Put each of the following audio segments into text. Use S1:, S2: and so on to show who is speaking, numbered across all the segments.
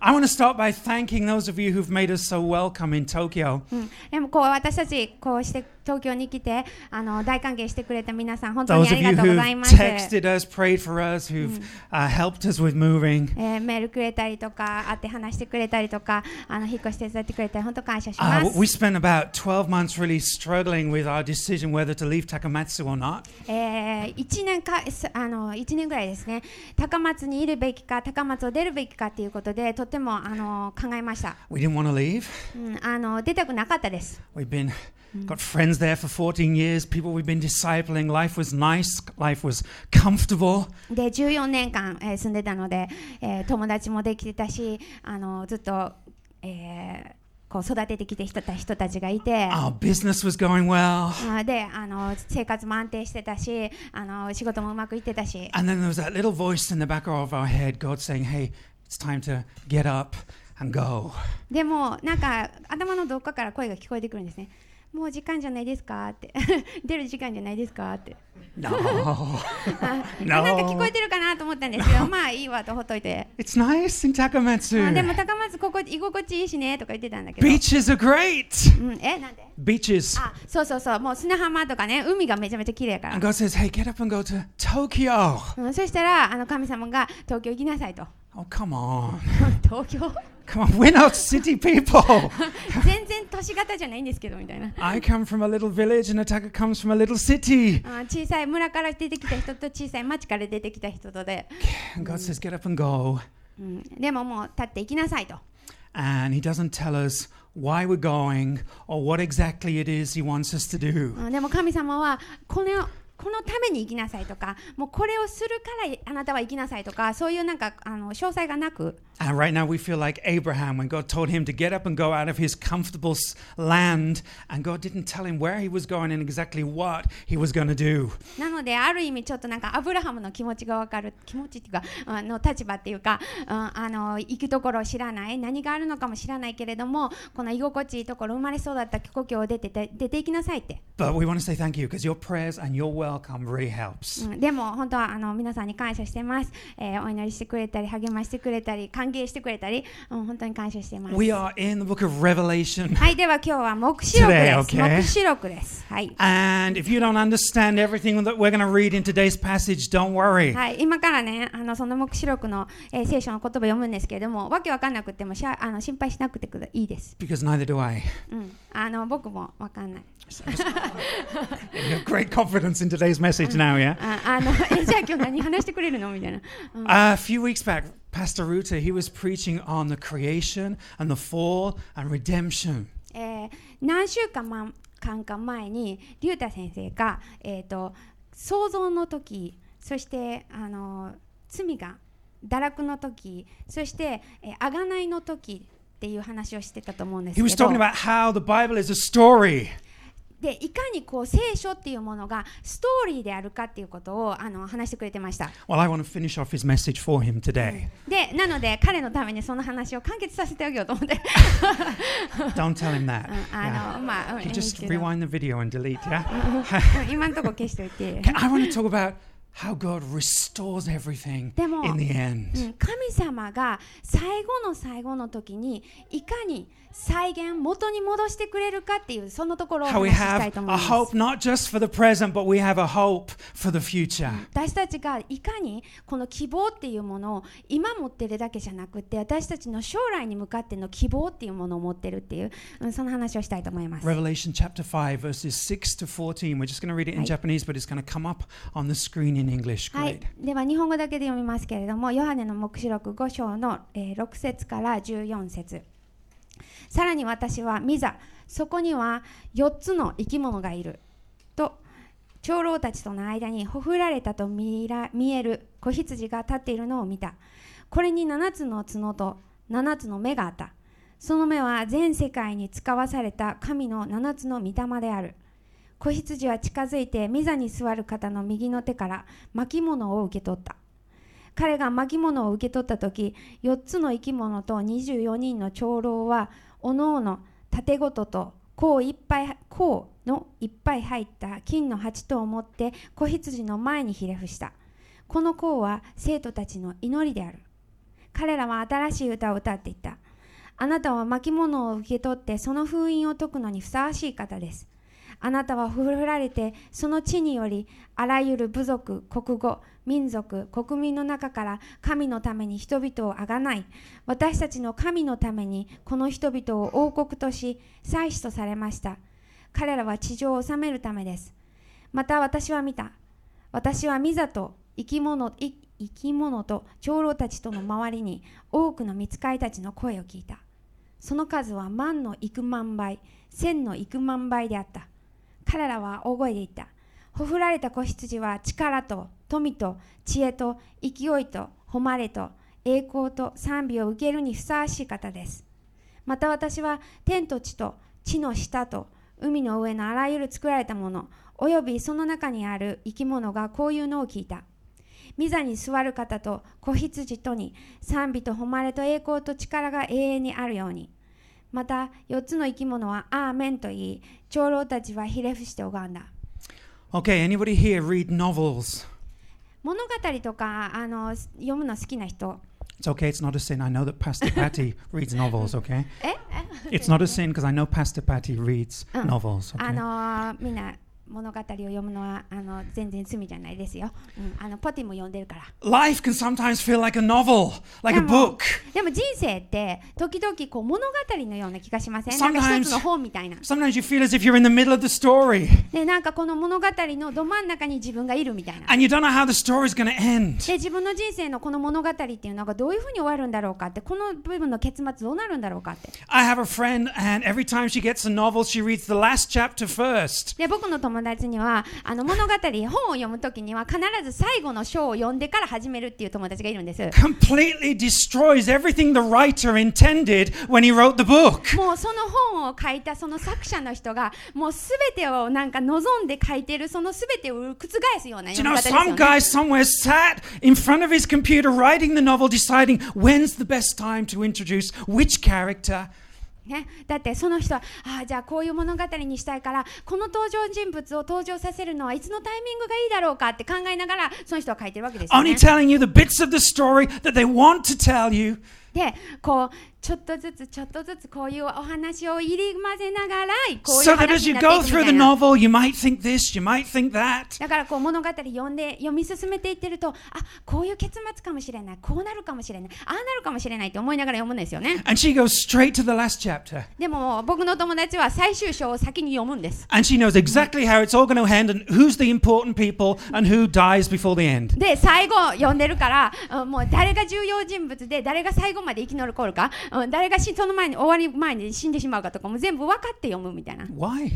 S1: I want to start by thanking those of you who've made us so welcome in Tokyo.
S2: うんでもこう私たちこうして東京に来てあの大歓迎してくれた皆さん本当
S1: Those
S2: に
S1: of
S2: あり
S1: you
S2: がとうご
S1: who've
S2: ざいます。
S1: texted us, prayed for us, who've uh, helped us with moving.
S2: えーメールくれたりとか会って話してくれたりとかあの引っ越し手伝ってくれたり本当感謝し
S1: Uh,
S2: ます。
S1: we spent about 12 months really struggling with our decision whether to leave Takamatsu or not.
S2: えー、1, 年かすあの1年ぐらいですね、高松にいるべきか、高松を出るべきかということで、とてもあの考えました、
S1: We didn't want to leave.
S2: うんあの。出たくなかったです。
S1: We've been got friends there for 14 years, people we've been discipling. Life was nice, life was comfortable.
S2: で、14年間、えー住んでたので、えー友達もできてたし、あのずっと、えーこう育ててきてきた人たちがいて。
S1: Our business was going well.
S2: あであの生活も安定してたしあの仕事もうまくいってたし
S1: And then there was that little voice in the back of our head, God saying, Hey, it's time to get up and go.
S2: でもなんか頭のどっかから声が聞こえてくるんですね。もう時間じゃないですかって 出る時間じゃないですか って
S1: No.
S2: あ
S1: No
S2: なんか聞こえてるかなと思ったんですけどまあいいわとほっといて
S1: it's nice in
S2: あで
S1: Takamatsu.
S2: も高松ここ居心地いいしねとか言ってたんだけど、
S1: Beaches are great.
S2: うん、えなんで
S1: Beaches.
S2: あそうそうそうもう砂浜とかね海がめちゃめちゃ綺麗やから
S1: And、God says, Hey, get up and go to Tokyo.
S2: うん、そしたらあの神様が東京行きなさいと
S1: Oh, come on.
S2: 東京
S1: Come on. We're not city people.
S2: 全然都市型じゃないんですけどみたいな
S1: I come from a little village, and Ataka comes from a little city.
S2: あ小さい村から出てきた人と小さい町から出てきた人とで、
S1: And God says, Get up and go.
S2: うん、でももう立っていきなさいと
S1: And He doesn't tell us why we're going or what exactly it is He wants us to do.
S2: うんでも神様はこのこのために生きなさいとかもうこれをするからあなたは生きなさいとかそういうなんかあの詳細がなく
S1: And Uh, right now we feel like Abraham when God told him to get up and go out of his comfortable s- land, and God didn't tell him where he was going and exactly what he was going to do.
S2: なのである意味ちょっとなんかアブラハムの気持ちがわかる気持ちっていうかあの立場っていうか、うん、あの行くところを知らない何があるのかも知らないけれどもこの居心地いいところ生まれそうだった故郷を出てて出ていきなさいって、
S1: But we want to say thank you because your prayers and your welcome really helps.
S2: うん、でも本当はあの皆さんに感謝してます、えーお祈りしてくれたり励ましてくれたり歓迎してくれたり、うん、本当に感謝してます
S1: We are in the book of Revelation.
S2: はい、では今日は目視録です。
S1: Today, okay.
S2: 目視録です。はい。
S1: And if you don't understand everything that we're going to read in today's passage, don't worry.
S2: はい、今からね、あのその目視録の、えー聖書の言葉を読むんですけれども、わけわかんなくてもしゃあの心配しなくてくだいいです。
S1: Because neither do I.
S2: うん、あの僕もわかんない。
S1: You have great confidence in today's message now, yeah?
S2: ああの えじゃあ今日何話してくれるのみたいな。うん
S1: A few weeks back, Pastor Ruta, he was preaching on the creation and the fall and redemption.
S2: えー何週間ま間か前に竜太先生がえっ、と創造の時、そしてあの罪が堕落の時、そしてえー贖いの時っていう話をしてたと思うんです
S1: He was
S2: け
S1: talking
S2: ど。
S1: about how the Bible is a story.
S2: でいかにこう聖書っていうものがストーリーであるかっていうことをあの話してくれてました。
S1: Well, I want to finish off his message for him today.
S2: でなので彼のためにその話を完結させてあげようと思 って、
S1: Don't tell him that.
S2: う んあ
S1: Yeah.
S2: のまあ、うんい
S1: You
S2: いで
S1: just
S2: すけど
S1: rewind the video and delete, yeah?
S2: うん 今のところ消しておい て
S1: Okay,。I want to talk about how God restores everything
S2: でも、
S1: in the
S2: う
S1: end.
S2: ん神様が最後の最後の時にいかに再現元に戻してくれるかっていうそのところをお
S1: How we
S2: 話しした
S1: have
S2: いと思
S1: a
S2: います
S1: hope not just for the present, but we have a hope for the future.
S2: 私たちがいかにこの希望っていうものを今持ってるだけじゃなくて私たちの将来に向かっての希望っていうものを持ってるっていう、うん、その話をしたいと思います。
S1: Revelation chapter 5, verses 6 to 14. We're just going to read it in
S2: Right.
S1: Japanese, but it's going to come up on the screen in English.
S2: はい、では日本語だけで読みますけれども、ヨハネの黙示録5章の、えー6節から14節さらに私は見ざ、そこには4つの生き物がいる。と、長老たちとの間にほふられたと見ら見える子羊が立っているのを見た。これに7つの角と7つの目があった。その目は全世界に使わされた神の7つの御霊である。子羊は近づいて御座に座る方の右の手から巻物を受け取った彼が巻物を受け取った時4つの生き物と24人の長老はおのおの盾ごとと甲いっぱい甲のいっぱい入った金の鉢と思って子羊の前にひれ伏したこの甲は生徒たちの祈りである彼らは新しい歌を歌っていったあなたは巻物を受け取ってその封印を解くのにふさわしい方ですあなたは振られてその地によりあらゆる部族国語民族国民の中から神のために人々をあがない私たちの神のためにこの人々を王国とし祭司とされました彼らは地上を治めるためですまた私は見た私はミザと生き物い生き物と長老たちとの周りに多くの見つかいたちの声を聞いたその数は万の幾万倍千の幾万倍であった彼らは大声で言ったほふられた子羊は力と富と知恵と勢いと誉れと栄光と賛美を受けるにふさわしい方ですまた私は天と地と地の下と海の上のあらゆる作られたものおよびその中にある生き物がこういうのを聞いた御座に座る方と子羊とに賛美と誉れと栄光と力が永遠にあるようにまた4つの生き物はアーメンと言い長老たちはひれ伏して拝んだ
S1: Okay, anybody here read novels?
S2: 物語とかあのす読むの好きな人
S1: It's okay, it's not a sin. I know that Pastor Patty reads novels, okay?
S2: え
S1: It's not a sin because I know Pastor Patty reads
S2: Oh.
S1: novels,
S2: あ
S1: okay?
S2: のみんな物語を読むのはあの全然罪じゃないですよ、うん、あのポティも読んでるから
S1: Life can sometimes feel like a novel, like a
S2: でも
S1: book.
S2: でも人生って時々こう物語のような気がしませんなんか一つの
S1: Sometimes-
S2: 本みたいな
S1: Sometimes you feel as if you're in the middle of the story
S2: でなんかこの物語のど真ん中に自分がいるみたいな
S1: and you don't know how the story's going to end.
S2: で自分の人生のこの物語っていうのがどういうふうに終わるんだろうかってこの部分の結末どうなるんだろうかって
S1: I have a friend, and every time she gets a novel, she reads the last chapter first.
S2: で僕の友達にはあの物語本を読む時には必ず最後の章を読んでから始めるっていう友達がいるんです
S1: Completely destroys everything the writer intended when he wrote the book.
S2: もうその本を書いたその作者の人がもうすべてをなんか望んで書いてるそのすべてを覆すような
S1: Do you
S2: 読
S1: know,
S2: み方ですよ
S1: some
S2: ね
S1: guy somewhere sat in front of his computer writing the novel, deciding when's the best time to introduce which character.
S2: ね、だってその人はああじゃあこういう物語にしたいからこの登場人物を登場させるのはいつのタイミングがいいだろうかって考えながらその人は書いてるわけですよ
S1: Only
S2: ね。
S1: telling you the bits of the story that they want to tell you.
S2: でこうちょっとずつちょっとずつこういうお話を入り混ぜながらこうい
S1: So
S2: う
S1: that as
S2: 話に
S1: you
S2: なってい
S1: go
S2: くみ
S1: through
S2: た
S1: the
S2: いな
S1: novel, you might think this, you might think that.
S2: だからこう物語読んで読み進めていってるとあこういう結末かもしれないこうなるかもしれないああなるかもしれないって思いながら読むんですよね
S1: And she goes straight to the last chapter.
S2: でも僕の友達は最終章を先に読むんです
S1: And she knows exactly how it's all going to end and who's the important people and who dies before the end.
S2: で最後読んでるから、うんもう誰が重要人物で誰が最後まで生き残るか、うん誰が死その前に終わり前に死んでしまうかとかも全部分かって読むみたいな
S1: Why?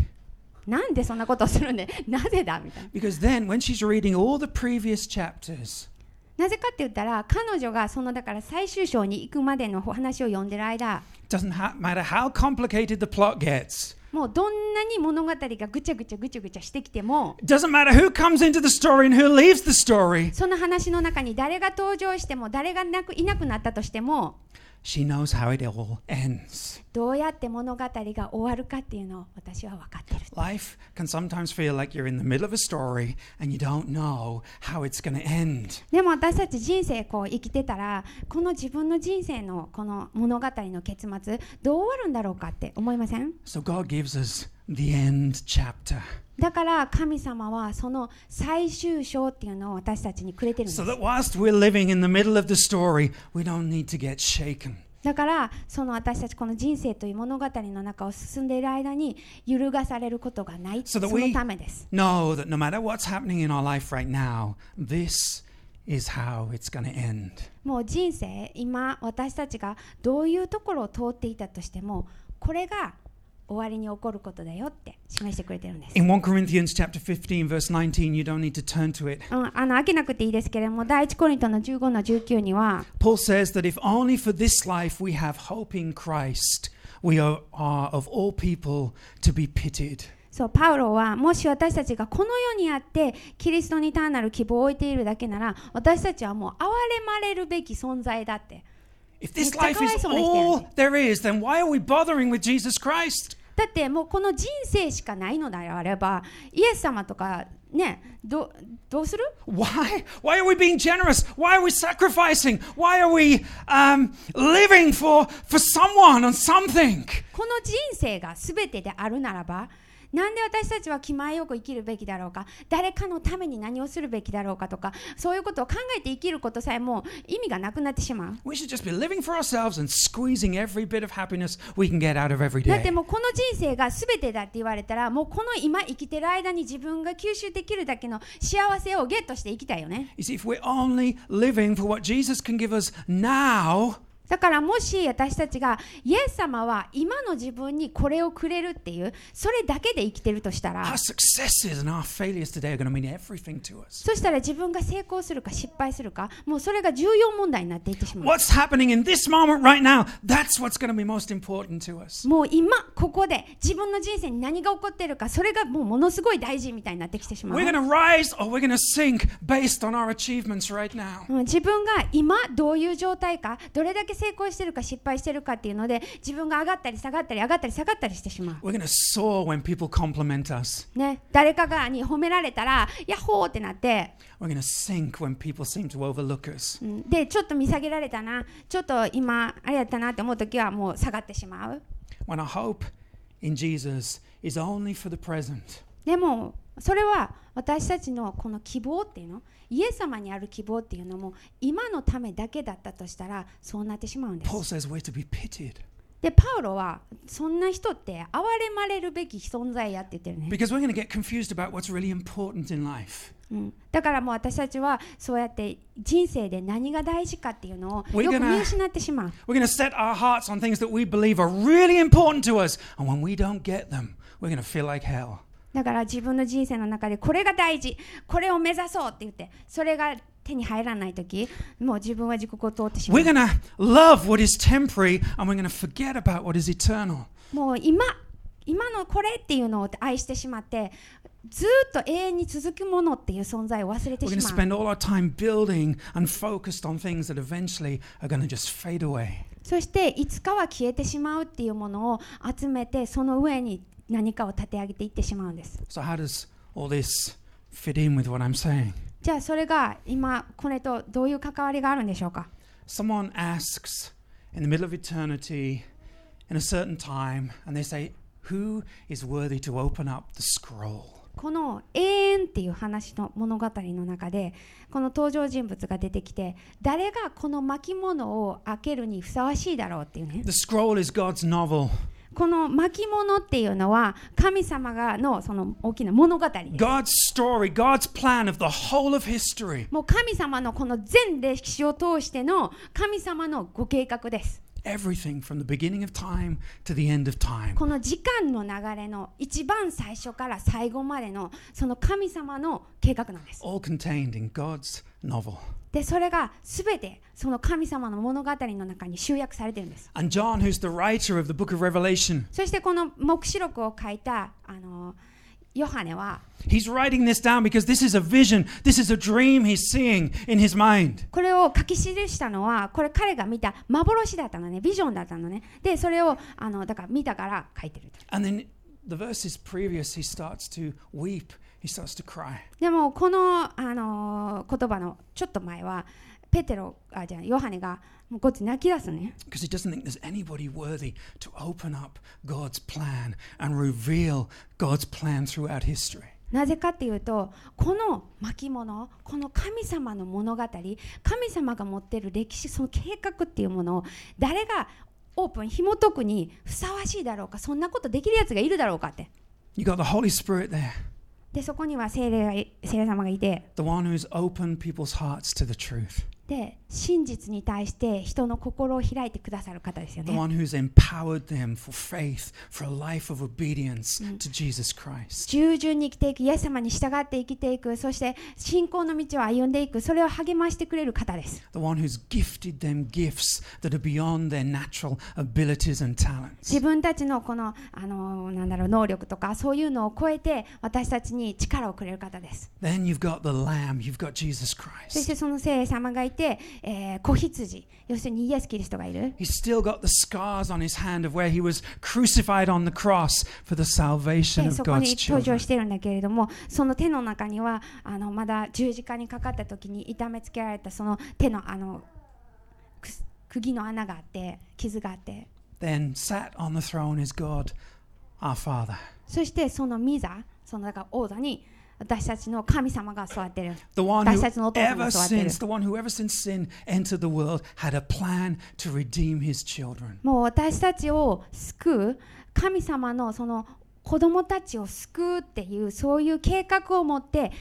S2: なんでそんなことをするんでなぜだみたいな
S1: Because then, when she's reading all the previous chapters,
S2: なぜかって言ったら彼女がそのだから最終章に行くまでのお話を読んでる間
S1: it doesn't ha- matter how complicated the plot gets,
S2: もうどんなに物語がぐちゃぐちゃぐちゃぐちゃしてきても
S1: it doesn't matter who comes into the story and who leaves the story,
S2: その話の中に誰が登場しても誰がなくいなくなったとしても
S1: she knows how it all ends.
S2: どうやって物語が終わるかっていうのを私は分かってる
S1: Life can sometimes feel like you're in the middle of a story and you don't know how it's going to end.
S2: でも私たち人生こう生きてたらこの自分の人生のこの物語の結末どう終わるんだろうかって思いません
S1: So God gives us the end chapter
S2: だから神様はその最終章っていうのを私たちにくれてるんです
S1: so that whilst we're living in the middle of the story, we don't need to get shaken.
S2: だからその私たちこの人生という物語の中を進んでいる間に揺るがされることがない
S1: So
S2: そ
S1: that
S2: の
S1: we-
S2: ためです
S1: know that no matter what's happening in our life right now, this is how it's going to end.
S2: もう人生今私たちがどういうところを通っていたとしてもこれが終わりに起こることだよって示してくれてるんです
S1: In 1 Corinthians chapter 15 verse 19, you don't need to turn to it.
S2: うん、あの飽きなくていいですけれども第一コリントの15の19には
S1: Paul says that if only for this life we have hope in Christ, we are, are of all people to be pitied.
S2: そうパウロはもし私たちがこの世にあってキリストに単なる希望を置いているだけなら私たちはもう憐れまれるべき存在だって
S1: If this
S2: Mr.
S1: life is
S2: Kawai-san is
S1: all
S2: there.
S1: there is, then why are we bothering with Jesus Christ?
S2: だってもうこの人生しかないのであればイエス様とかねどどうする
S1: Why? Why are we being generous? Why are we sacrificing? Why are we um, living for, for someone or something?
S2: この人生が全てであるならばなんで私たちは気前よく生きるべきだろうか誰かのために何をするべきだろうかとかそういうことを考えて生きることさえもう意味がなくなってしまう
S1: We should just be living for ourselves and squeezing every bit of happiness we can get out of every
S2: だって
S1: day.
S2: もうこの人生が全てだって言われたらもうこの今生きてる間に自分が吸収できるだけの幸せをゲットしていきたいよね
S1: You see, if we're only living for what Jesus can give us now,
S2: だからもし私たちがイエス様は今の自分にこれをくれるっていうそれだけで生きてるとしたら
S1: our successes and our failures today are going to mean everything to us.
S2: そしたら自分が成功するか失敗するかもうそれが重要問題になっていってしまう
S1: What's happening in this moment right now, that's what's going to be most important to us.
S2: もう今ここで自分の人生に何が起こってるかそれがもうものすごい大事みたいになってきてしまう
S1: We're going to rise or we're going to sink based on our achievements right now.
S2: うん自分が今どういう状態かどれだけ成功してるか失敗してるかっていうので自分が上がったり下がったり上がったり下がったりしてしま
S1: We're going to soar when people compliment us.
S2: う、ね、誰かがに褒められたらヤッホーってなって、
S1: We're going to sink when people seem to overlook us.
S2: うんでちょっと見下げられたなちょっと今あれやったなって思う時はもう下がってしまう
S1: When our hope in Jesus is only for the present.
S2: でもそれは私たちのこの希望っていうのイエス様にある希望っていうのも今のためだけだったとしたらそうなってしまうんです
S1: Paul says we're to be pitied
S2: でパウロはそんな人って憐れまれるべき存在やって言ってるね
S1: because we're going to get confused about what's really important in life.
S2: うん、だからもう私たちはそうやって人生で何が大事かっていうのを
S1: We're
S2: よく
S1: gonna-
S2: 見失ってしまう
S1: We're going to set our hearts on things that we believe are really important to us. And when we don't get them, we're going to feel like hell.
S2: だから自分の人生の中でこれが大事これを目指そうって言ってそれが手に入らない時もう自分は自己を通ってしま
S1: We're
S2: う
S1: going to love what is temporary and we're going to forget about what is eternal.
S2: もう今今のこれっていうのを愛してしまってずーっと永遠に続くものっていう存在を忘れて
S1: We're
S2: し
S1: going to
S2: ま
S1: spend
S2: う
S1: all our time building and focused on things that eventually are going to just fade away.
S2: そしていつかは消えてしまうっていうものを集めてその上に何かを立て上げていってしまうんです
S1: So, how does all this fit in with what I'm saying?
S2: じゃあそれが今これとどういう関わりがあるんでしょうか
S1: Someone asks in the middle of eternity, in a certain time, and they say, Who is worthy to open up the scroll?
S2: この永遠っていう話の物語の中でこの登場人物が出てきて誰がこの巻物を開けるにふさわしいだろうっていうね
S1: The scroll is God's novel.
S2: この巻物っていうのは神様がのその大きな物語です
S1: God's story, God's plan of the whole of history.
S2: もう神様のこの全歴史を通しての神様のご計画です
S1: Everything from the beginning of time to the end of time.
S2: この時間の流れの一番最初から最後までのその神様の計画なんです
S1: All contained in God's novel.
S2: でそれが全てその神様の物語の中に集約されてるんです
S1: And John, who's the writer of the book of Revelation,
S2: そしてこの黙示録を書いたあのヨハネは
S1: he's writing this down because this is a vision, this is a dream he's seeing in his mind.
S2: これを書き記したのはこれ彼が見た幻だったのねビジョンだったのねでそれをあのだから見たから書いてると
S1: And then the verses previous, he starts to weep, he starts to cry.
S2: でもこのあの言葉のちょっと前はペテロあじゃあヨハネがもうこっち泣き出すね
S1: Because he doesn't think there's anybody worthy to open up God's plan and reveal God's plan throughout history.
S2: なぜかっていうとこの巻物この神様の物語神様が持ってる歴史その計画っていうものを誰がオープン紐解くにふさわしいだろうかそんなことできるやつがいるだろうかって
S1: You got the Holy Spirit there,
S2: でそこには聖霊がい聖霊様がいて
S1: the one who's opened people's hearts to the truth,
S2: で真実に対して人の心を開いてくださる方ですよ
S1: the
S2: ね
S1: one who's empowered them for faith, for a life of obedience to Jesus Christ.
S2: 従順に生きていくイエス様に従って生きていくそして信仰の道を歩んでいくそれを励ましてくれる方です
S1: the one who's gifted them gifts that are beyond their natural abilities and talents.
S2: 自分たちのこの、あのなんだろう能力とかそういうのを超えて私たちに力をくれる方です
S1: Then you've got the Lamb, you've got Jesus
S2: そし
S1: Christ.
S2: てその聖霊様がいて、えー子羊、要するにイエス・キリストがいる。
S1: He's still got the scars on his hand of where he was crucified on the cross for the salvation
S2: で
S1: of
S2: そこに
S1: God's
S2: 登場
S1: children.
S2: してるんだけれどもその手の中にはあのまだ十字架にかかった時に痛めつけられたその手のあのくす釘の穴があって傷があって
S1: Then sat on the throne is God, our Father.
S2: そしてそのミザそのだから王座に私たちの神様が座ってる
S1: The one
S2: That's
S1: who
S2: such an old
S1: ever
S2: one, so I did
S1: since
S2: it.
S1: the one who ever since sin entered the world had a plan to redeem his children.
S2: もう私たちを救う神様のその子供たちを救うっていうそういう計画を持って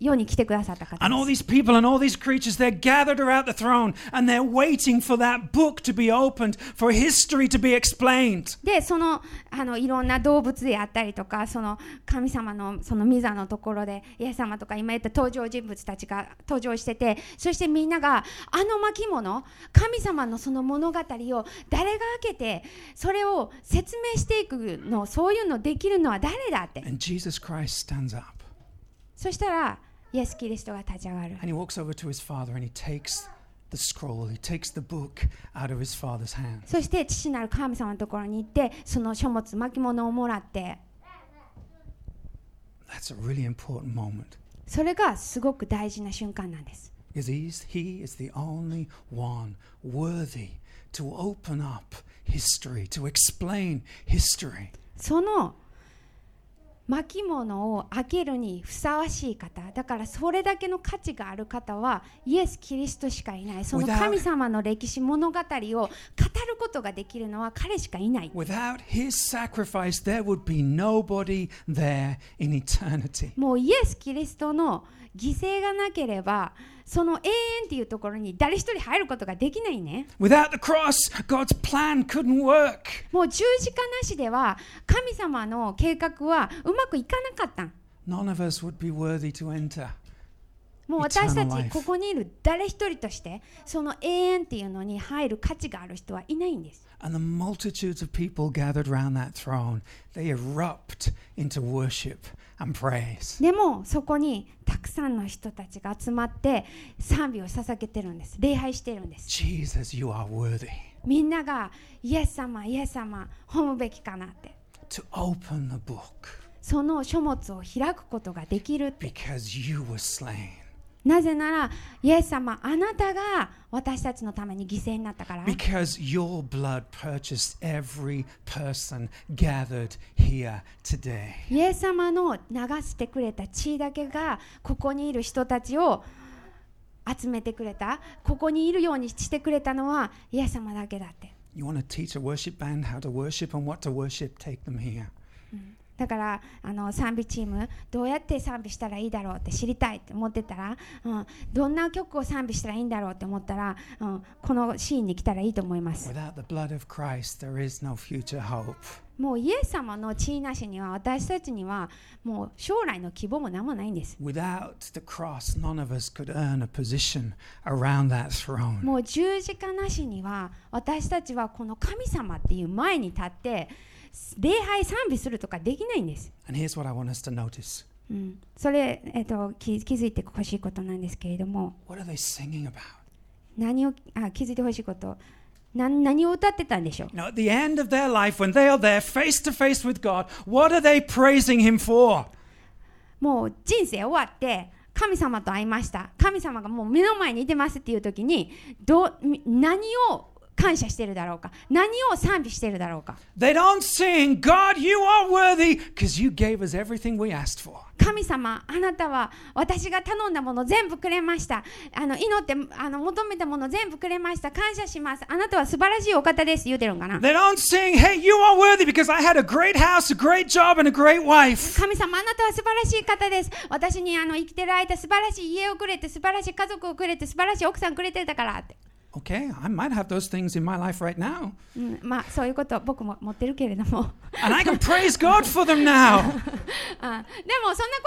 S2: 世に来てくださった方
S1: And
S2: です
S1: all these people and all these creatures, they're gathered around the throne and they're waiting for that book to be opened, for history to be explained.
S2: でそのあのいろんな動物であったりとかその神様のそのミザのところでイエス様とか今言った登場人物たちが登場しててそしてみんながあの巻物神様のその物語を誰が開けてそれを説明していくのそういうのできるのは誰だって
S1: And Jesus Christ stands up
S2: そしたらイエス・キリストが立ち上がる
S1: and he walks over to his father and he takes the scroll, he takes the book out of his father's hand.
S2: そして父なる神様のところに行ってその書物巻物をもらって。
S1: That's a really important moment
S2: それがすごく大事な瞬間なんです。
S1: because he's, he is the only one worthy to open up history, to explain history.
S2: その巻物を開けるにふさわしい方だからそれだけの価値がある方はイエス・キリストしかいないその
S1: Without-
S2: 神様の歴史物語を語ることができるのは彼しかいない
S1: Without his sacrifice, there would be nobody there in eternity.
S2: もうイエス・キリストの犠牲がなければその永遠っていうところに誰一人入ることができないね
S1: Without the cross, God's plan couldn't work.
S2: もう十字架なしでは神様の計画はうまくいかなかったん
S1: None of us would be worthy to enter.
S2: もう私た
S1: Eternal
S2: ち
S1: life.
S2: ここにいる誰一人としてその永遠っていうのに入る価値がある人はいないんです。
S1: And the multitudes of people gathered round that throne, they erupt into worship and praise.
S2: でもそこにたくさんの人たちが集まって賛美を捧げてるんです。礼拝してるんです。
S1: Jesus, you are worthy
S2: みんながイエス様、イエス様、褒むべきかなって。
S1: to open the book
S2: その書物を開くことができるって。
S1: because you were slain,
S2: なぜならイエス様、あなたが私たちのために犠牲になったから。
S1: because your blood purchased every person gathered here today.
S2: イエス様の流してくれた血だけがここにいる人たちを集めてくれたここにいるようにしてくれたのはイエス様だけだって
S1: You want to teach a worship band how to worship and what to worship? Take them here.
S2: だからあの賛美チームどうやって賛美したらいいだろうって知りたいって思ってたら、うん、どんな曲を賛美したらいいんだろうって思ったら、うん、このシーンに来たらいいと思います
S1: Without the blood of Christ, there is no future hope.
S2: もうイエス様の血なしには私たちにはもう将来の希望も何もないんです
S1: Without the cross, none of us could earn a position around that throne.
S2: もう十字架なしには私たちはこの神様っていう前に立って礼拝賛美するとかできないんです、
S1: And here's what I want us to notice
S2: うん、それ、えっと気気づいてほしいことなんですけれども
S1: what are they singing about?
S2: 何をあ気づいてほしいことな何を歌ってたんでしょう
S1: You know, at the end of their life, when they are there face to face with God, what are they praising Him for?
S2: もう人生終わって神様と会いました神様がもう目の前にいてますっていう時にどうみ何を感謝してるだろうか何を賛美してるだろうか
S1: They don't sing, God, you are worthy because you gave us everything we asked for.
S2: 神様あなたは私が頼んだもの全部くれましたあの祈ってあの求めたもの全部くれました感謝しますあなたは素晴らしいお方です言うてるんかな
S1: They don't sing, hey, you are worthy because I had a great house, a great job, and a great wife.
S2: 神様あなたは素晴らしい方です私にあの生きてる間素晴らしい家をくれて素晴らしい家族をくれて素晴らしい奥さんくれてたからって
S1: Okay, I might have those things in my life right now.
S2: うん、まあそういうこと僕も持ってるけれど も
S1: And I can praise God for them now.
S2: あでもそんなこ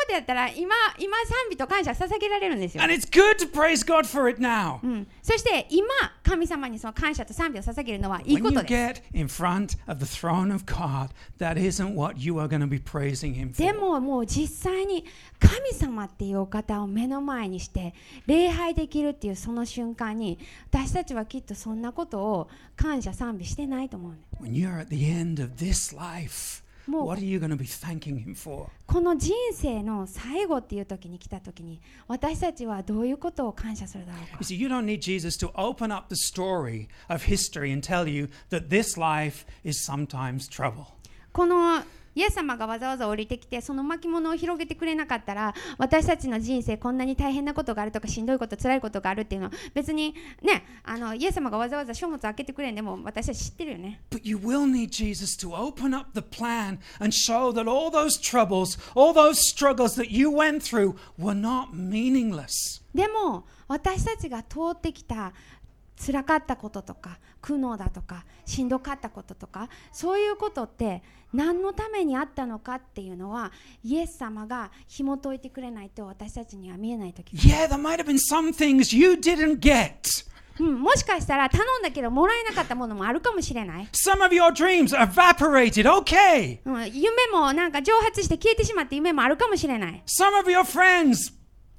S2: とやったら今今賛美と感謝捧げられるんですよ
S1: And、it's good to praise God for it now.
S2: うん、そして今神様にその感謝と賛美を捧げるのはいい
S1: When
S2: こ
S1: you
S2: とで
S1: get
S2: す
S1: in front of the throne of God, that isn't what you are going to be praising Him
S2: で
S1: for.
S2: ももう実際に神様っていうお方を目の前にして礼拝できるっていうその瞬間に私たちはきっとそんなことを感謝賛美してないと思うんです
S1: When you're at the end of this life,
S2: もう
S1: what are you going to be thanking Him for?
S2: この人生の最後っていう時に来た時に私たちはどういうことを感謝するだろうか
S1: You see, you don't need Jesus to open up the story of history and tell you that this life is sometimes trouble.
S2: このイエス様がわざわざ降りてきてその巻物を広げてくれなかったら私たちの人生こんなに大変なことがあるとかしんどいこと辛いことがあるっていうのは別にねあのイエス様がわざわざ書物開けてくれんでも私は知ってるよね
S1: But you will need Jesus to open up the plan and show that all those troubles, all those struggles that you went through were not meaningless.
S2: でも私たちが通ってきた辛かったこととか苦悩だとかしんどかったこととかそういうことって何のためにあったのかっていうのはイエス様が紐解いてくれないと私たちには見えない時、
S1: Yeah, there might have been some things you didn't get.
S2: うん、もしかしたら頼んだけどもらえなかったものもあるかもしれない、
S1: Some of your dreams evaporated, okay.
S2: うん、夢もなんか蒸発して消えてしまった夢もあるかもしれない
S1: Some of your friends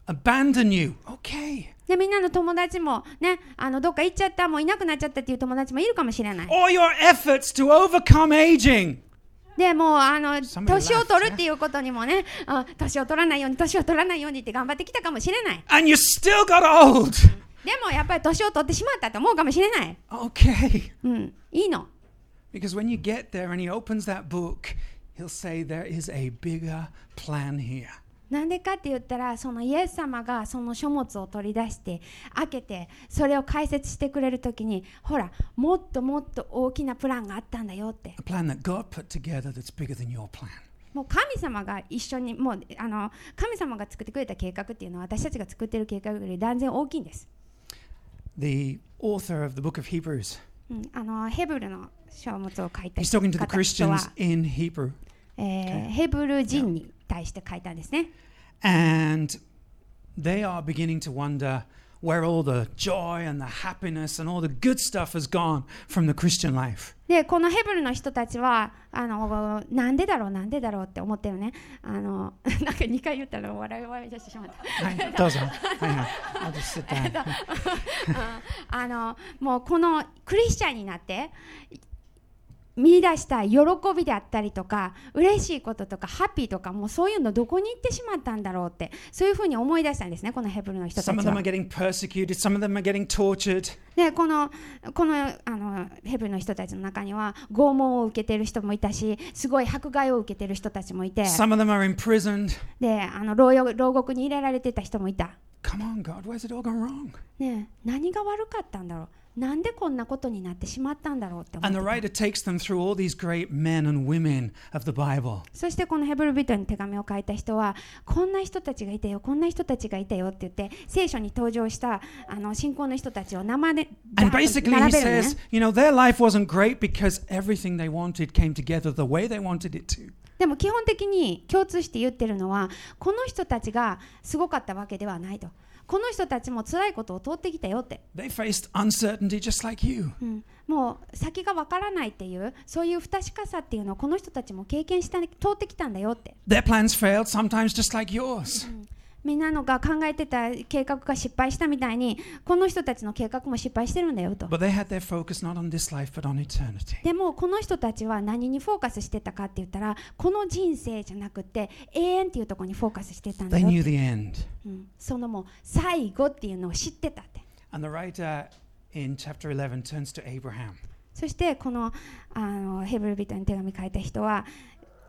S1: abandon you, okay.
S2: でみんなの友達もねあのどっか行っちゃったもういなくなっちゃったっていう友達もいるかもしれない
S1: All your efforts to overcome aging.
S2: でもうあの
S1: Somebody
S2: 年を取るっていうことにもね、あ年を取らないように、年を取らないようにって頑張ってきたかもしれない。
S1: And you still got old.
S2: でもやっぱり年を取ってしまったと思うかもしれない。
S1: Okay.
S2: うん、いいの。
S1: Because when you get there and he opens that book, he'll say, There is a bigger plan here.
S2: なんでかって言ったら、そのイエス様がその書物を取り出して、開けて、それを解説してくれるときに、ほら、もっともっと大きなプランがあったんだよって。
S1: A plan that God put together that's bigger than your plan.
S2: もう神様が一緒に、もうあの神様が作ってくれた計画っていうのは、私たちが作ってる計画より断然大きいんです。
S1: The author of the book of Hebrews,
S2: うん、あのヘブルの書物を書いた
S1: he's talking to the
S2: 方人
S1: Christians
S2: は、
S1: in Hebrew.
S2: えーヘブル人に対して書いたんですね。
S1: And they are beginning to wonder where all the joy and the happiness and all the good stuff has gone from the Christian life.
S2: でこのヘブルの人たちはあのなんでだろうなんでだろうって思ってるねあの なんか2回言ったら笑い笑い出してしまった
S1: Hi, Doza. Hi, hi. I'll just sit down.
S2: あのもうこのクリスチャンになって見出した喜びであったりとか嬉しいこととかハッピーとかもうそういうのどこに行ってしまったんだろうってそういうふうに思い出したんですねこのヘブルの人た
S1: Some of
S2: ちは
S1: them are。getting persecuted, some of them are getting tortured.
S2: でこのこのあのヘブルの人たちの中には拷問を受けてる人もいたしすごい迫害を受けてる人たちもいて
S1: Some of them are imprisoned.
S2: であの牢獄牢獄に入れられてた人もいた、
S1: Come on, God, where's it all gone wrong?
S2: ねえ、何が悪かったんだろうなんでこんなことになってしまったんだろうって思
S1: And the
S2: ってた
S1: writer takes them through all these great men and women of the Bible.
S2: そしてこのヘブル人に手紙を書いた人はこんな人たちがいたよこんな人たちがいたよって言って聖書に登場したあの信仰の人たちを生でダー
S1: And
S2: ッと
S1: basically, he
S2: 並べるのね
S1: says, you know, their life wasn't great because everything they wanted came together the way they wanted it to.
S2: でも基本的に共通して言ってるのはこの人たちがすごかったわけではないとこの人たちも辛いことを通ってきたよって、
S1: They faced uncertainty just like you.
S2: うんもう先がわからないっていうそういう不確かさっていうのをこの人たちも経験した通ってきたんだよって
S1: Their plans failed sometimes just like yours.
S2: みんなのが考えてた計画が失敗したみたいにこの人たちの計画も失敗してるんだよと
S1: But they had their focus not on this life but on eternity.
S2: でもこの人たちは何にフォーカスしてたかって言ったらこの人生じゃなくて永遠っていうところにフォーカスしてたんだ
S1: They
S2: よっ
S1: knew the
S2: て、
S1: end.
S2: うんそのもう最後っていうのを知ってたって。
S1: And the writer in chapter 11 turns to Abraham.
S2: そしてこのあのヘブル人に手紙書いた人は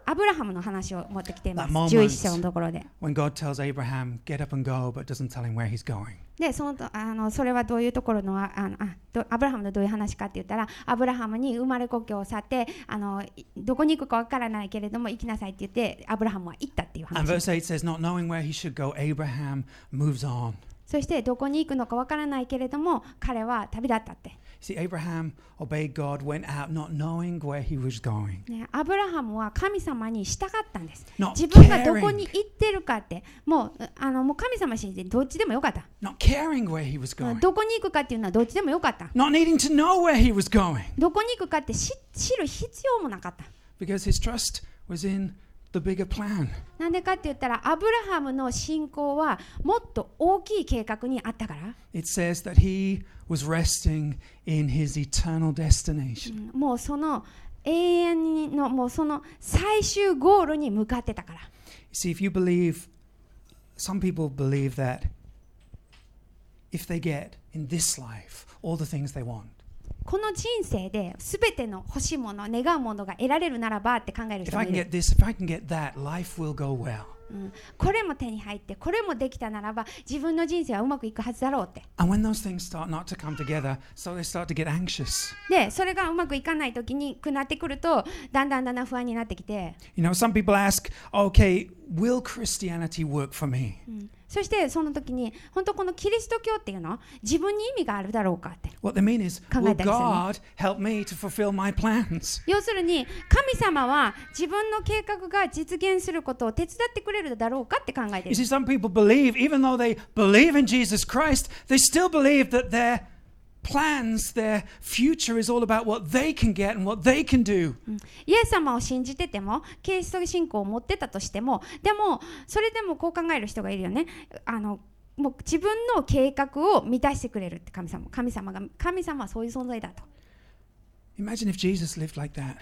S2: アブラハムの話を持ってきています
S1: That moment.
S2: 11章のところで
S1: When God tells Abraham, get up and go, but doesn't tell him where he's going.
S2: でそのとあのそれはどういうところのああのあどアブラハムのどういう話かって言ったらアブラハムに生まれ故郷を去ってあのいどこに行くかわからないけれども行きなさいって言ってアブラハムは行ったっていう
S1: And
S2: 話
S1: verse 8 says, Not knowing where he should go, Abraham moves on.
S2: そしてどこに行くのかわからないけれども彼は旅立ったって
S1: See, Abraham obeyed God, went out not knowing where he was going.
S2: ね、アブラハムは神様に従ったんです。
S1: Not
S2: 自分がどこに
S1: caring,
S2: 行ってるかって、もううあのもう神様信じてどっちでもよかった。
S1: not caring where he was going,
S2: どこに行くかっていうのはどっちでもよかった。
S1: not needing to know where he was going
S2: どこに行くかって知知る必要もなかった。
S1: because his trust was in the bigger plan.
S2: なんでかって言ったら、アブラハムの信仰はもっと大きい計画にあったから、
S1: It says that he was resting in his eternal destination.
S2: うんもうその永遠の、もうその最終ゴールに向かってたから。
S1: See, if you believe, some people believe that if they get in this life all the things they want,
S2: この人生で全ての欲しいもの、願うものが得られるならばって考える
S1: if
S2: 人も
S1: I
S2: い
S1: can
S2: る。
S1: get this, if I can get that, life will go well.
S2: うんこれも手に入ってこれもできたならば自分の人生はうまくいくはずだろうって。
S1: And when those things start not to come together, so they start to get anxious.
S2: でそれがうまくいかない時にくなってくるとだんだんだんだん不安になってきて
S1: You know, some people ask, okay, will Christianity work for me?
S2: そしてその時に本当このキリスト教っていうの自分に意味があるだろうかって
S1: What they mean is,
S2: Can't
S1: will
S2: get that, isn't it?
S1: God help me to fulfill my plans?
S2: 要するに神様は自分の計画が実現することを手伝ってくれるだろうかって考え
S1: You
S2: てる
S1: see, some people believe, even though they believe in Jesus Christ, they still believe that their plans, their future is all about what they can get and what they can do.
S2: イエス様を信じててもキリスト信仰を持ってたとしてもでもそれでもこう考える人がいるよねあのもう自分の計画を満たしてくれるって神様神様が神様はそういう存在だと
S1: Imagine if Jesus lived like that.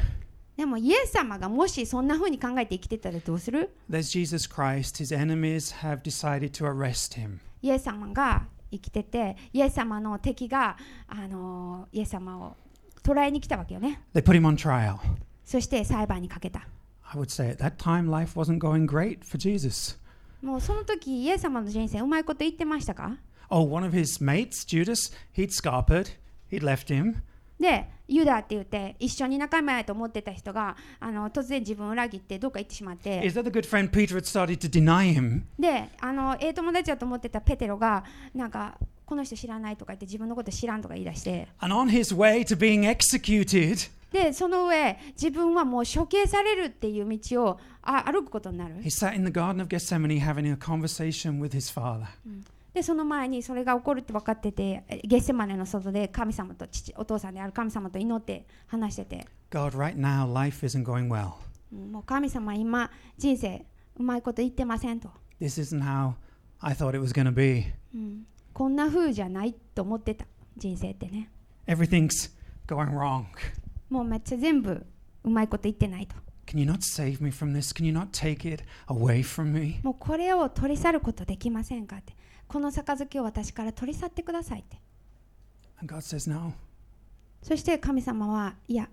S2: でもイエス様がもしそんな風に考えて生きてたらどうする
S1: There's Jesus Christ. His enemies have decided to arrest him.
S2: イエス様が生きててイエス様の敵が、あのイエス様を捕らえに来たわけよね
S1: They put him on trial.
S2: そして裁判にかけた
S1: I would say at that time, life wasn't going great for Jesus.
S2: もうその時イエス様の人生うまいこと言ってましたか
S1: Oh, one of his mates, Judas, he'd scarpered, he'd left him.
S2: でユダって言って一緒に仲間やと思ってた人があの突然自分を裏切ってどっか行ってしまって
S1: His other good friend Peter had started to deny him.
S2: であのええ友達だと思ってたペテロがなんかこの人知らないとか言って自分のこと知らんとか言い出して
S1: And on his way to being executed,
S2: でその上自分はもう処刑されるっていう道をあ歩くことになる
S1: He sat in the Garden of Gethsemane having a conversation with his father.
S2: でその前にそれが起こるって分かっててえゲッセマネの外で神様と父お父さんである神様と祈って話してて
S1: God, right now, life isn't going well.
S2: うんもう神様今人生うまいこと言ってませんと、
S1: This isn't how I thought it was going to be.
S2: うんこんな風じゃないと思ってた人生ってね
S1: Everything's going wrong.
S2: もうめっちゃ全部うまいこと言ってないと
S1: Can you not save me from this? Can you not take it away from me?
S2: もうこれを取り去ることできませんかってこの杯を私から取り去ってくださいって
S1: And God says, No,
S2: そして神様はいや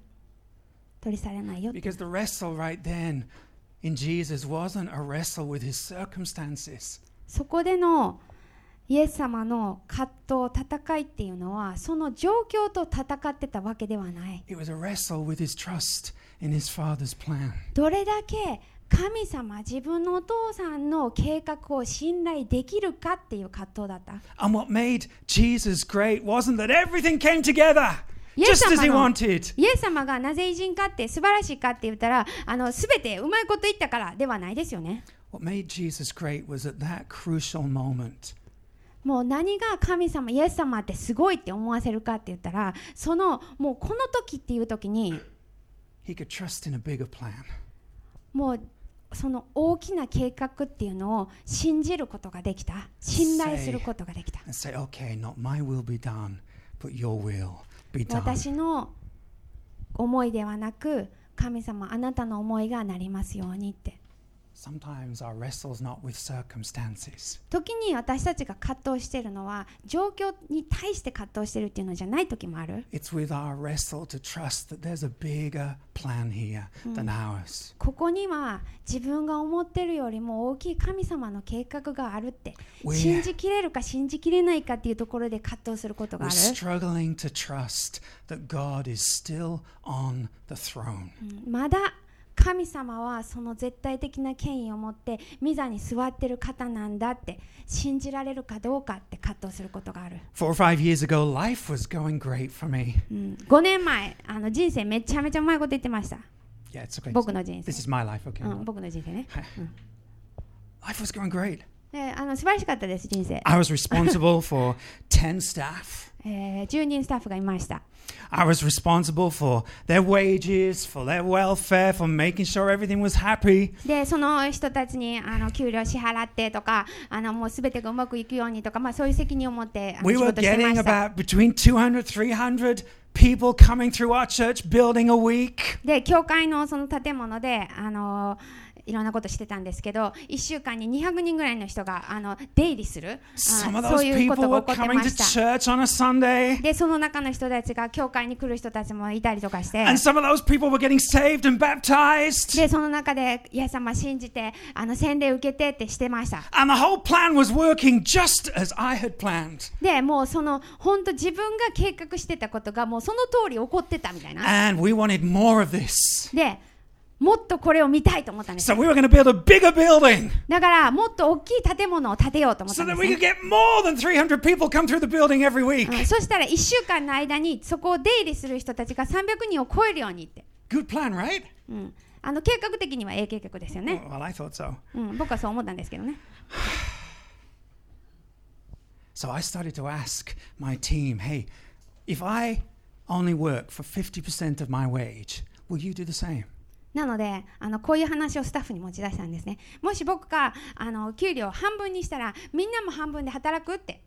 S2: 取り去れないよって
S1: because the wrestle right then in Jesus wasn't a wrestle with his circumstances,
S2: そこでのイエス様の葛藤戦いっていうのはその状況と戦ってたわけではない
S1: it was a wrestle with his trust in his father's plan.
S2: どれだけ神様自分のお父さんの計画を信頼できるかっていう葛藤だった
S1: And what made Jesus great wasn't that everything came together
S2: Yes,
S1: just as he
S2: Amano.
S1: wanted.
S2: イエス様がなぜ偉人かって素晴らしいかって言ったらあの全てうまいこと言ったからではないですよね
S1: What made Jesus great was at that crucial moment,
S2: もう何が神様イエス様ってすごいって思わせるかって言ったらそのもうこの時っていう時に
S1: he could trust in a bigger plan.
S2: もうその大きな計画っていうのを信じることができた信頼することができた
S1: And say, okay, not my will be done, but your will be done.
S2: 私の思いではなく神様あなたの思いがなりますようにって
S1: Sometimes our wrestle's not with circumstances,
S2: 時に私たちが葛藤してるのは状況に対して葛藤してるっていうのじゃない時もある
S1: it's with our wrestle to trust that there's a bigger plan here than ours.
S2: ここには自分が思ってるよりも大きい神様の計画があるって
S1: おや
S2: 信じきれるか信じきれないかっていうところで葛藤することが
S1: We're
S2: ある
S1: struggling to trust that God is still on the throne.
S2: まだ神様はその絶対的な権威を持ってミザに座ってる方なんだって信じられるかどうかって葛藤することがある、
S1: Four or five years ago, life was going great for me.
S2: うん、5年前あの人生めちゃめちゃうまいこと言ってました
S1: Yeah, it's okay.
S2: 僕の人
S1: This
S2: 生、
S1: is my life, okay?
S2: うん、僕の人生ね、うん、
S1: Life was going great.
S2: であの素晴らしかったです人生、
S1: I was responsible for 10 staff.
S2: えー10人スタッフがいました
S1: I was responsible for their wages, for their welfare, for making sure everything was happy.
S2: でその人たちにあの給料支払ってとかあのもう全てがうまくいくようにとか、まあ、そういう責任を持ってあの
S1: We
S2: 仕
S1: were
S2: 事してま
S1: getting
S2: した
S1: about between 200, 300 people coming through our church building a week.
S2: で教会のその建物であのいろんなことしてたんですけど1週間に200人ぐらいの人があの出入りするあ
S1: Some of
S2: そ
S1: those
S2: ういうこ
S1: people
S2: と
S1: were
S2: が起こって
S1: coming
S2: ま
S1: to
S2: した
S1: church on a Sunday.
S2: でその中の人たちが教会に来る人たちもいたりとかして
S1: And some of those people were getting saved and baptized.
S2: でその中でイエス様信じてあの洗礼受けてってしてました
S1: And the whole plan was working just as I had planned.
S2: でもうその本当自分が計画してたことがもうその通り起こってたみたいな
S1: And we wanted more of this.
S2: でもっとこれを見たいと思ったんです
S1: So we were going to build a bigger building
S2: だからもっと大きい建物を建てようと思った
S1: so
S2: んで
S1: that
S2: す、
S1: we could
S2: ね
S1: get more than 300 people come through the building every
S2: うん
S1: week.
S2: そしたら1週間の間にそこを出入りする人たちが300人を超えるようにって、
S1: Good plan, right?
S2: うん、あの計画的には A 計画ですよね、
S1: Well, I thought so.
S2: うん、僕はそう思ったんですけどね
S1: So I started to ask my team, hey, if I only work for 50% of my wage, will you do the same?
S2: なのであのこういう話をスタッフに持ち出したんですねもし僕があの給料を半分にしたらみんなも半分で働くって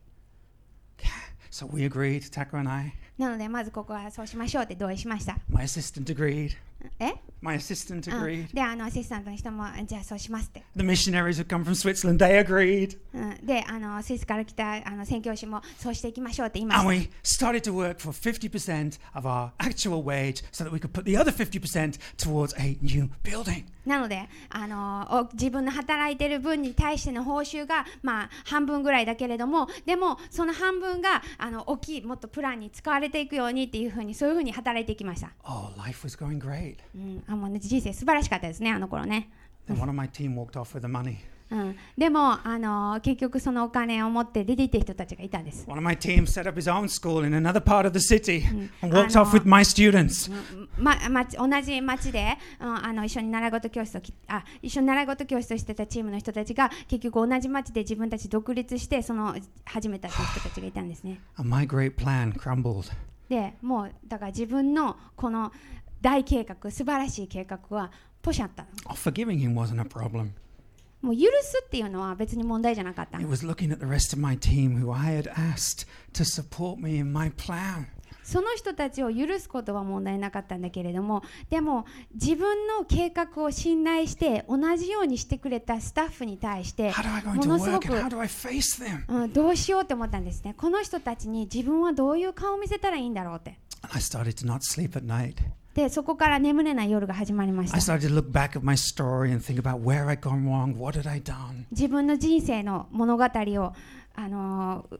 S1: So we agreed, Taka and I.
S2: なのでまずここはそうしましょうって同意しました
S1: My assistant agreed.
S2: え
S1: My assistant
S2: うん
S1: agreed.
S2: であのアシスタントの人もじゃあそうしますって
S1: The missionaries who come from Switzerland, they agreed.
S2: うんであのスイスから来たあの宣教師もそうしていきましょうって言いまし
S1: And
S2: た
S1: we started to work for 50% of our actual wage so that we could put the other 50% towards a new building.
S2: なのであのお自分の働いてる分に対しての報酬が、まあ、半分ぐらいだけれどもでもその半分があの大きいもっとプランに使われていくようにっていうふうにそういうふうに働いていきました、
S1: Oh, life was going great.
S2: うん、あもうね人生素晴らしかったですねあの頃ね、
S1: Then one of my team walked off with the money.
S2: うん、でもあの結局そのお金を持って出て行った人たちがいたんです
S1: One of my team set up his own school in another part of the city and walked
S2: I
S1: off with my students.
S2: ま、まち同じ町で、うん、あの一緒に習い事教室をきあ一緒に習い事教室をしてたチームの人たちが結局同じ町で自分たち独立してその始めた人たちがいたんですね
S1: And my great plan crumbled.
S2: でもうだから自分のこの大計画素晴らしい計画はポシャったの
S1: Oh, forgiving him wasn't a problem.
S2: もう許すっていうのは別に問題じゃなかったの
S1: It was looking at the rest of my team who I had asked to support me in my plan.
S2: その人たちを許すことは問題なかったんだけれどもでも自分の計画を信頼して同じようにしてくれたスタッフに対して
S1: How do I go
S2: も
S1: into
S2: のすご
S1: work and
S2: く
S1: how do I face them?
S2: うん、どうしようって思ったんですね。この人たちに自分はどういう顔を見せたらいいんだろうって。
S1: And I started to not sleep at night.
S2: で、そこから眠れない夜が始まりまし
S1: I
S2: た。
S1: started to look back at my story and think about where I'd gone wrong, what had I done.
S2: 自分の人生の物語を、あのー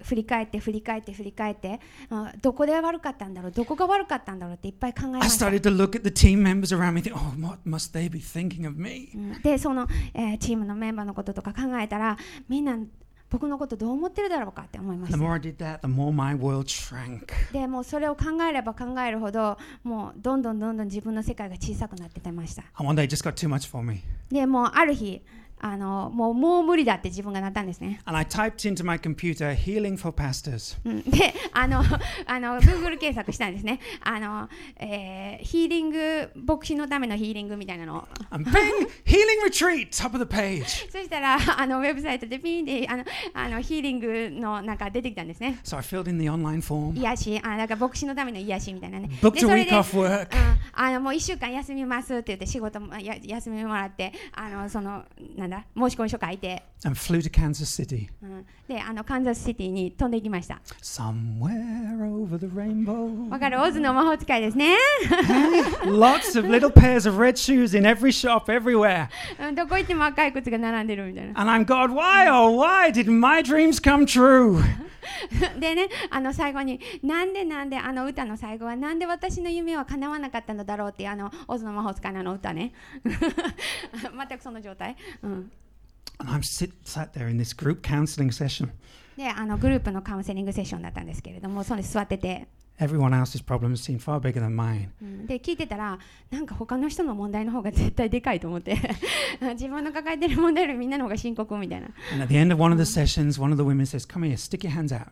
S2: 振り返って振り返って振り返って、うんどこで悪かったんだろうどこが悪かったんだろうっていっぱい考えま
S1: I
S2: した。
S1: started to look at the team members around me and think, oh, what must they be thinking of me?
S2: うんでその、えーチームのメンバーのこととか考えたらみんな僕のことどう思ってるだろうかって思いま
S1: The
S2: した。
S1: more I did that, the more my world shrank.
S2: でもうそれを考えれば考えるほどもうどんどんどんどん自分の世界が小さくなっててました。
S1: And one day it just got too much for me.
S2: でもうある日あのもうもう無理だって自分がなったんですね。
S1: And I typed into my computer, healing for pastors.
S2: うん、であの あの Google 検索したんですねあの、えーヒーリング牧師のためのヒーリングみたいなの
S1: And bing, healing retreat, top of the page.
S2: そしたらあのウェブサイトでピンであのあのヒーリングのなんか出てきたんですね
S1: So I filled in the online form,
S2: 癒しあなんか牧師のための癒しみたいなねで
S1: booked
S2: そ
S1: a
S2: れ
S1: week
S2: で
S1: off work.
S2: ああのもう1週間休みますって言って仕事もや休みもらってあのそのなんだ申し込み書書いて、
S1: and flew to Kansas City.
S2: うん、であのカンザスシティに飛んでいきました
S1: Somewhere over the rainbow.
S2: わかるオズの魔法使いですね
S1: Lots of little pairs of red shoes in every shop, everywhere.
S2: うんどこ行っても赤い靴が並んでるみたい
S1: And I'm God, why, oh, why did my dreams come true?
S2: なでねあの最後に「なんでなんであの歌の最後はなんで私の夢は叶わなかったのだろうっていうあのオズの魔法使いのあの歌ね 全くその状態、うん
S1: And I'm sit, sat there in this group counseling session.
S2: であのグループのカウンセリングセッションだったんですけれどもそれ座ってて、
S1: Everyone else's problems seem far bigger than mine.
S2: うんで聞いてたらなんか他の人の問題の方が絶対でかいと思って 自分の抱えてる問題よりみんなの方が深刻みたいな
S1: And at the end of one of the sessions, one of the women says, Come here, stick your hands out.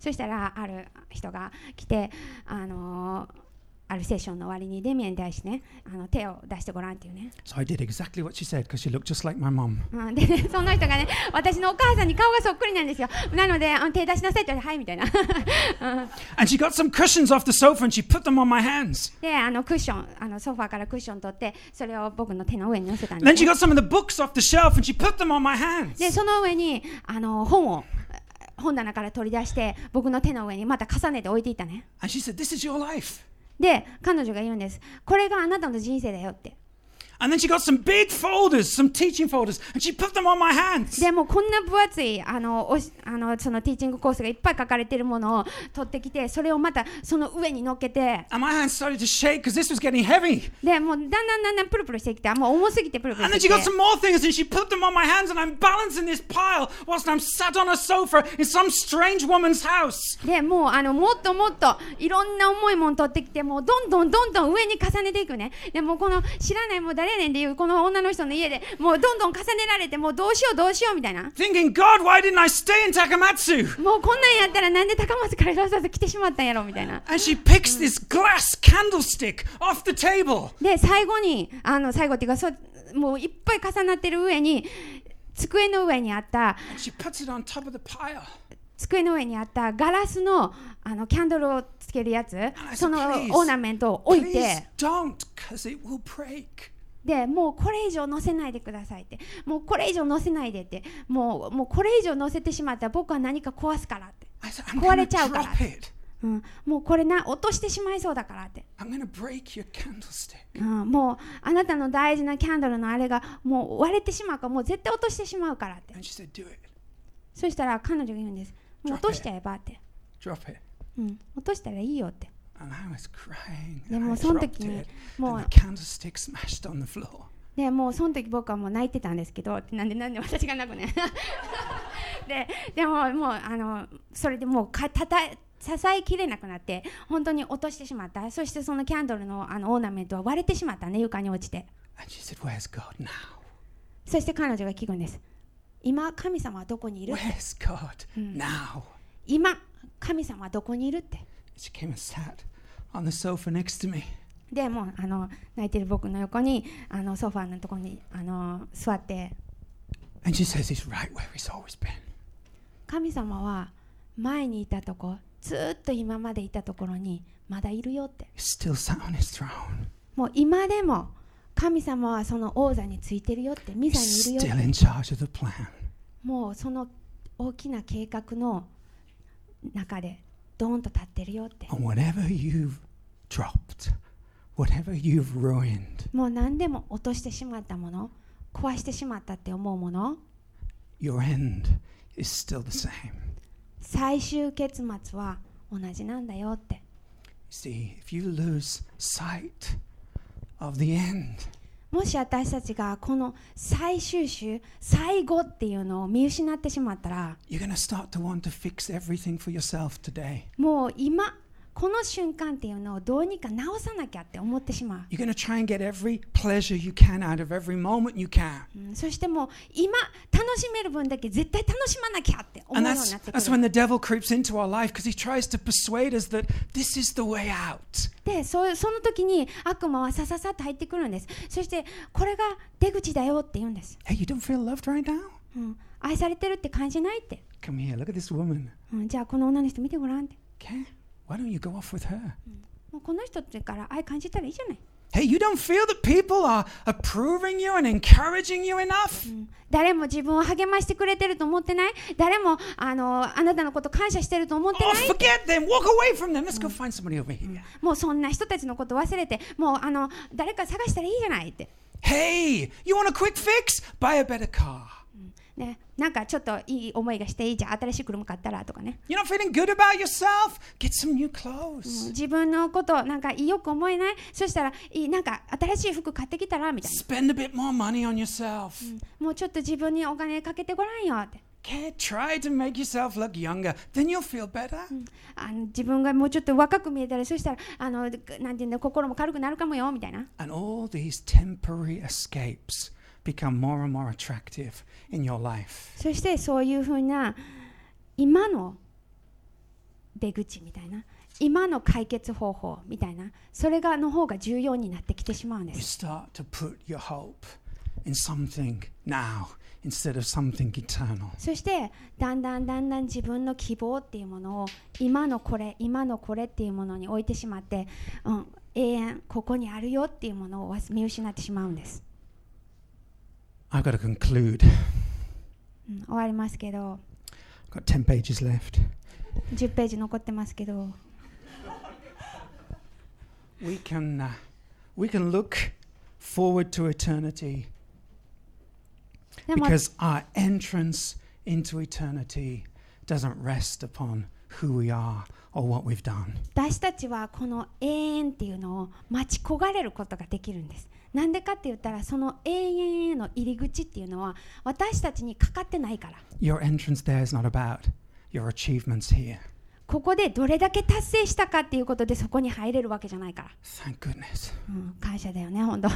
S2: そしたらある人が来て、あのーあるセッションの終わりにデミアンに対してねあの手を出してごらんっていうね、
S1: So I did exactly what she said because she looked just like my mum.
S2: うん、で ねその人がね私のお母さんに顔がそっくりなんですよなのであの手出しなさいって言われてはいみたいな
S1: And she got some cushions off the sofa and she put them on my hands.
S2: であのクッションあのソファーからクッション取ってそれを僕の手の上に乗せたん
S1: And then
S2: です
S1: she
S2: ね、
S1: got some of the books off the shelf and she put them on my hands.
S2: でその上にあの本を本棚から取り出して僕の手の上にまた重ねて置いていったね
S1: And she said, This is your life.
S2: で彼女が言うんですこれがあなたの人生だよって
S1: And then she got some big folders, some teaching folders, and she put them on my hands.
S2: でもうこんな分厚いあのおしあのそのティーチングコースがいっぱい書かれてるものを取ってきてそれをまたその上に乗っけて
S1: And my hands started to shake because this was getting heavy.
S2: でもうだんだんだんだんプルプルしてきてあもう重すぎてプルプル
S1: And
S2: して
S1: then she
S2: きて
S1: got some more things and she put them on my hands, and I'm balancing this pile whilst I'm sat on a sofa in some strange woman's house.
S2: でもうあのもっともっといろんな重いもん取ってきてもうどんどんどんどん上に重ねていくねでもうこの知らないもう誰やねんっていうこの女の人の家でもうどんどん重ねられてもうどうしようどうしようみたいな
S1: Thinking, God, why didn't I stay in Takamatsu?
S2: もうこんなんやったらなんで高松からわざわざ来てしまったんやろみたいな
S1: And she picks this glass candlestick off the table.
S2: で最後にあの最後っていうかそうもういっぱい重なってる上に机の上にあった
S1: And she puts it on top of the pile.
S2: 机の上にあったガラスのあのキャンドルをつけるやつ
S1: said,
S2: そのオ
S1: "Please,
S2: ーナメントを置い
S1: Please
S2: て
S1: don't, because it will break.
S2: でもうこれ以上載せないでくださいってもうこれ以上載せないでってもうもうこれ以上載せてしまったら僕は何か壊すからって、
S1: I said, I'm going to
S2: 壊れちゃうから。
S1: drop it.
S2: うん、もうこれな落としてしまいそうだからって、
S1: I'm going to break your candlestick.
S2: うん、もうあなたの大事なキャンドルのあれがもう割れてしまうからもう絶対落としてしまうからって。
S1: And she said, Do it.
S2: そしたら彼女が言うんです。
S1: Drop
S2: もう落としちゃえばって。
S1: Drop it.
S2: うん、落としたらいいよって。
S1: And I was crying.
S2: で
S1: And
S2: も
S1: I
S2: うその
S1: dropped
S2: 時に
S1: it.
S2: も
S1: And
S2: う
S1: the candlestick smashed on the floor.
S2: でもうその時僕はもう泣いてたんですけどってなんでなんで私が泣くねん ででももうあのそれでもうかたた支えきれなくなって本当に落としてしまったそしてそのキャンドルのあのオーナメントは割れてしまったね床に落ちて
S1: And she said, Where's God now?
S2: そして彼女が聞くんです今神様はどこにいる
S1: Where's God now?
S2: 今神様はどこにいるって
S1: She came and sat on the sofa next to me.
S2: でもうあの泣いてる僕の横にあのソファーのところにあの座って
S1: And she says, He's right where he's always been.
S2: 神様は前にいたとこずーっと今までいたところにまだいるよって
S1: He's still sat on his throne.
S2: もう今でも神様はその王座についてるよってミザ
S1: He's
S2: にいる
S1: still
S2: よ
S1: in charge of the plan.
S2: もうその大きな計画の中でドーンと立ってるよって
S1: And whatever you've dropped, whatever you've ruined,
S2: もう何でも落としてしまったもの壊してしまったって思うもの
S1: your end is still the same.
S2: 最終結末は同じなんだよって
S1: See, if you lose sight of the end,
S2: もし私たちがこの最終週最後っていうのを見失ってしまったら
S1: you're going to start to want to fix everything for yourself today.
S2: もう今この瞬間っていうのをどうにか直さなきゃって思ってしま
S1: You're going to try and get every pleasure you can out of every moment you can.
S2: う、うんそしてもう今楽しめる分だけ絶対楽しまなきゃって思う
S1: And
S2: よう
S1: that's,
S2: になってく
S1: that's when
S2: る
S1: the devil creeps into our life because he tries to persuade us that this is the way out.
S2: でそうその時に悪魔はさささっと入ってくるんですそしてこれが出口だよって言うんです、
S1: Hey, you don't feel loved right now?
S2: うん、愛されてるって感じないって、
S1: Come here, look at this woman.
S2: うん、じゃあこの女の人見てごらんって
S1: Okay? Why don't you go off with her?
S2: もうこの人ってから愛感じたらいいじゃない
S1: Hey, you don't feel that people are approving you and encouraging you enough?
S2: 誰も自分を励ましてくれてると思ってない誰もあのあなたのこと感謝してると思ってな
S1: Oh,
S2: い
S1: forget them. Walk away from them. Let's go find somebody over here.
S2: もうそんな人たちのこと忘れてもうあの誰か探したらいいじゃないって
S1: Hey, you want a quick fix? Buy a better car.
S2: ね、なんかちょっといい思いがしていいじゃん新しい車買ったらとかね、
S1: You're not feeling good about yourself? Get some new
S2: うん
S1: clothes.
S2: 自分のことなんかよく思えないそしたらいいなんか新しい服買ってきたらみたい
S1: Spend a bit more money on yourself.
S2: なもうちょっと自分にお金かけてごらんよって
S1: Okay, try to make yourself look younger. Then you'll feel better.
S2: あの自分がもうちょっと若く見えたらそしたらあのなんていうんだ心も軽くなるかもよみたいな
S1: And all these temporary escapes become more and more attractive in your life.
S2: そしてそういうふうな今の出口みたいな今の解決方法みたいなそれがの方が重要になってきてしまうんで
S1: You
S2: す
S1: start to put your hope in something now instead of something eternal.
S2: そしてだんだんだんだん自分の希望っていうものを今のこれ今のこれっていうものに置いてしまって、うん、永遠ここにあるよっていうものを忘見失ってしまうんです、
S1: I've got to conclude. I've
S2: うん、終わりますけど
S1: got 10 pages left.
S2: 10ページ残ってますけど
S1: We can, uh, we can look forward to eternity
S2: でも
S1: because our entrance into eternity doesn't rest upon who we are or what we've done.
S2: 私たちはこの永遠っていうのを待ち焦がれることができるんです。なんでかって言ったらその永遠への入り口っていうのは私たちにかかってないから
S1: Your entrance there is not about your achievements here.
S2: ここでどれだけ達成したかっていうことでそこに入れるわけじゃないから、
S1: Thank goodness.
S2: うん、感謝だよね本当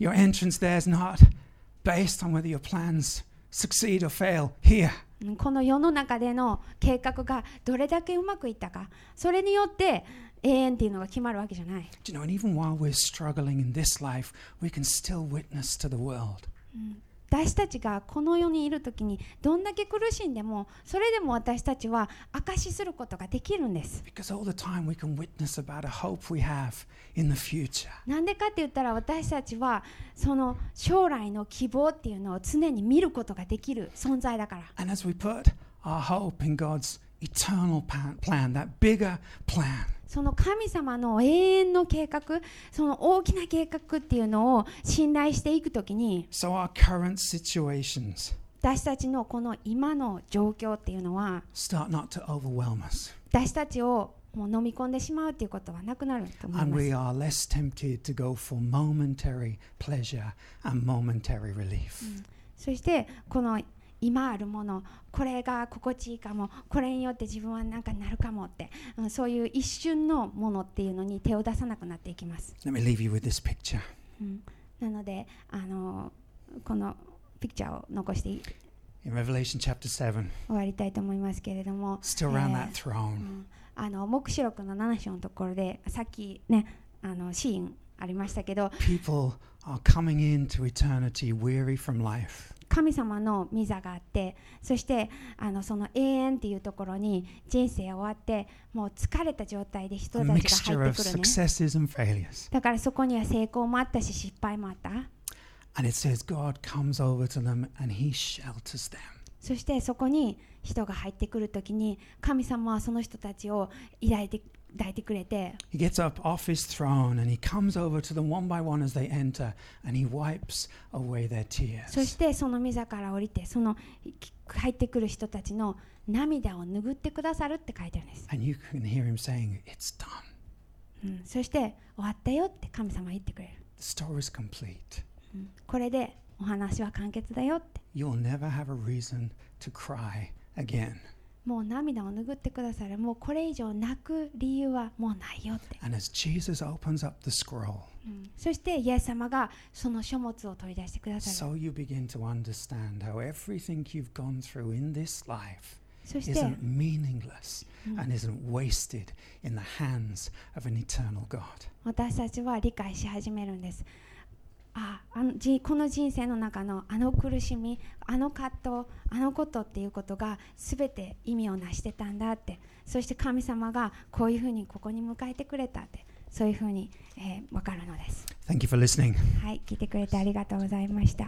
S1: Your entrance there is not based on whether your plans succeed or fail here.
S2: うんこの世の中での計画がどれだけうまくいったかそれによって永遠っていうのが決まるわけじゃない
S1: Do you know, and even while we're struggling in this life, we can still witness to the world.
S2: 私たちがこの世にいる時にどんだけ苦しんでもそれでも私たちは証しすることができるんです
S1: Because all the time we can witness about a hope we have in the future.
S2: なんでかって言ったら私たちはその将来の希望っていうのを常に見ることができる存在だから
S1: And as we put our hope in God's eternal pa- plan, that bigger plan,
S2: その神様の永遠の計画その大きな計画っていうのを信頼していくときに
S1: so our current situations
S2: 私たちのこの今の状況っていうのは
S1: start not to overwhelm us.
S2: 私たちをもう飲み込んでしまうっていうことはなくなると思い
S1: And
S2: ま
S1: we
S2: す
S1: are less tempted to go for momentary pleasure and momentary relief.
S2: そしてこの今あるものこれが心地いいかもこれによって自分は何かなるかもって、うんそういう一瞬のものっていうのに手を出さなくなっていきます
S1: Let me leave you with this picture.
S2: なのであのこのピクチャーを残してい
S1: In Revelation chapter 7,
S2: 終わりたいと思いますけれども
S1: still around
S2: Yeah.
S1: that throne,
S2: あの黙示録の7章のところでさっきねあのシーンありましたけど
S1: people are coming into eternity weary from life.
S2: 神様の御座があってそしてあのその永遠っていうところに人生終わってもう疲れた状態で人
S1: A
S2: たちが
S1: mixture
S2: 入っ
S1: of
S2: てくるね
S1: successes and failures.
S2: だからそこには成功もあったし失敗もあった
S1: And it says, God comes over to them and he shelters them.
S2: そしてそこに人が入ってくるときに神様はその人たちを抱いて抱いてくれて
S1: He gets up off his throne and he comes over to them one by one as they enter and he wipes away their
S2: そし
S1: tears.
S2: てその御座から降りてそのき入ってくる人たちの涙を拭ってくださるって書いてあるんです、
S1: And you can hear him saying, It's done.
S2: うんそして終わったよって神様は言ってくれる
S1: The story's complete.
S2: これでお話は完結だよって
S1: You'll never have a reason to cry again.
S2: もう涙を拭ってくださるもうこれ以上泣く理由はもうないよって、
S1: And as Jesus opens up the scroll,
S2: うんそしてイエス様がその書物を取り出してくださる
S1: so you begin to understand how everything you've gone through in this life
S2: そして
S1: isn't meaningless
S2: Mm.
S1: and isn't wasted in the hands of an eternal God.
S2: 私たちは理解し始めるんですああのじこの人生の中のあの苦しみあの葛藤あのことっていうことが全て意味を成してたんだってそして神様がこういうふうにここに迎えてくれたってそういうふうに、えー、分かるのです
S1: Thank you for listening.
S2: はい聞いてくれてありがとうございました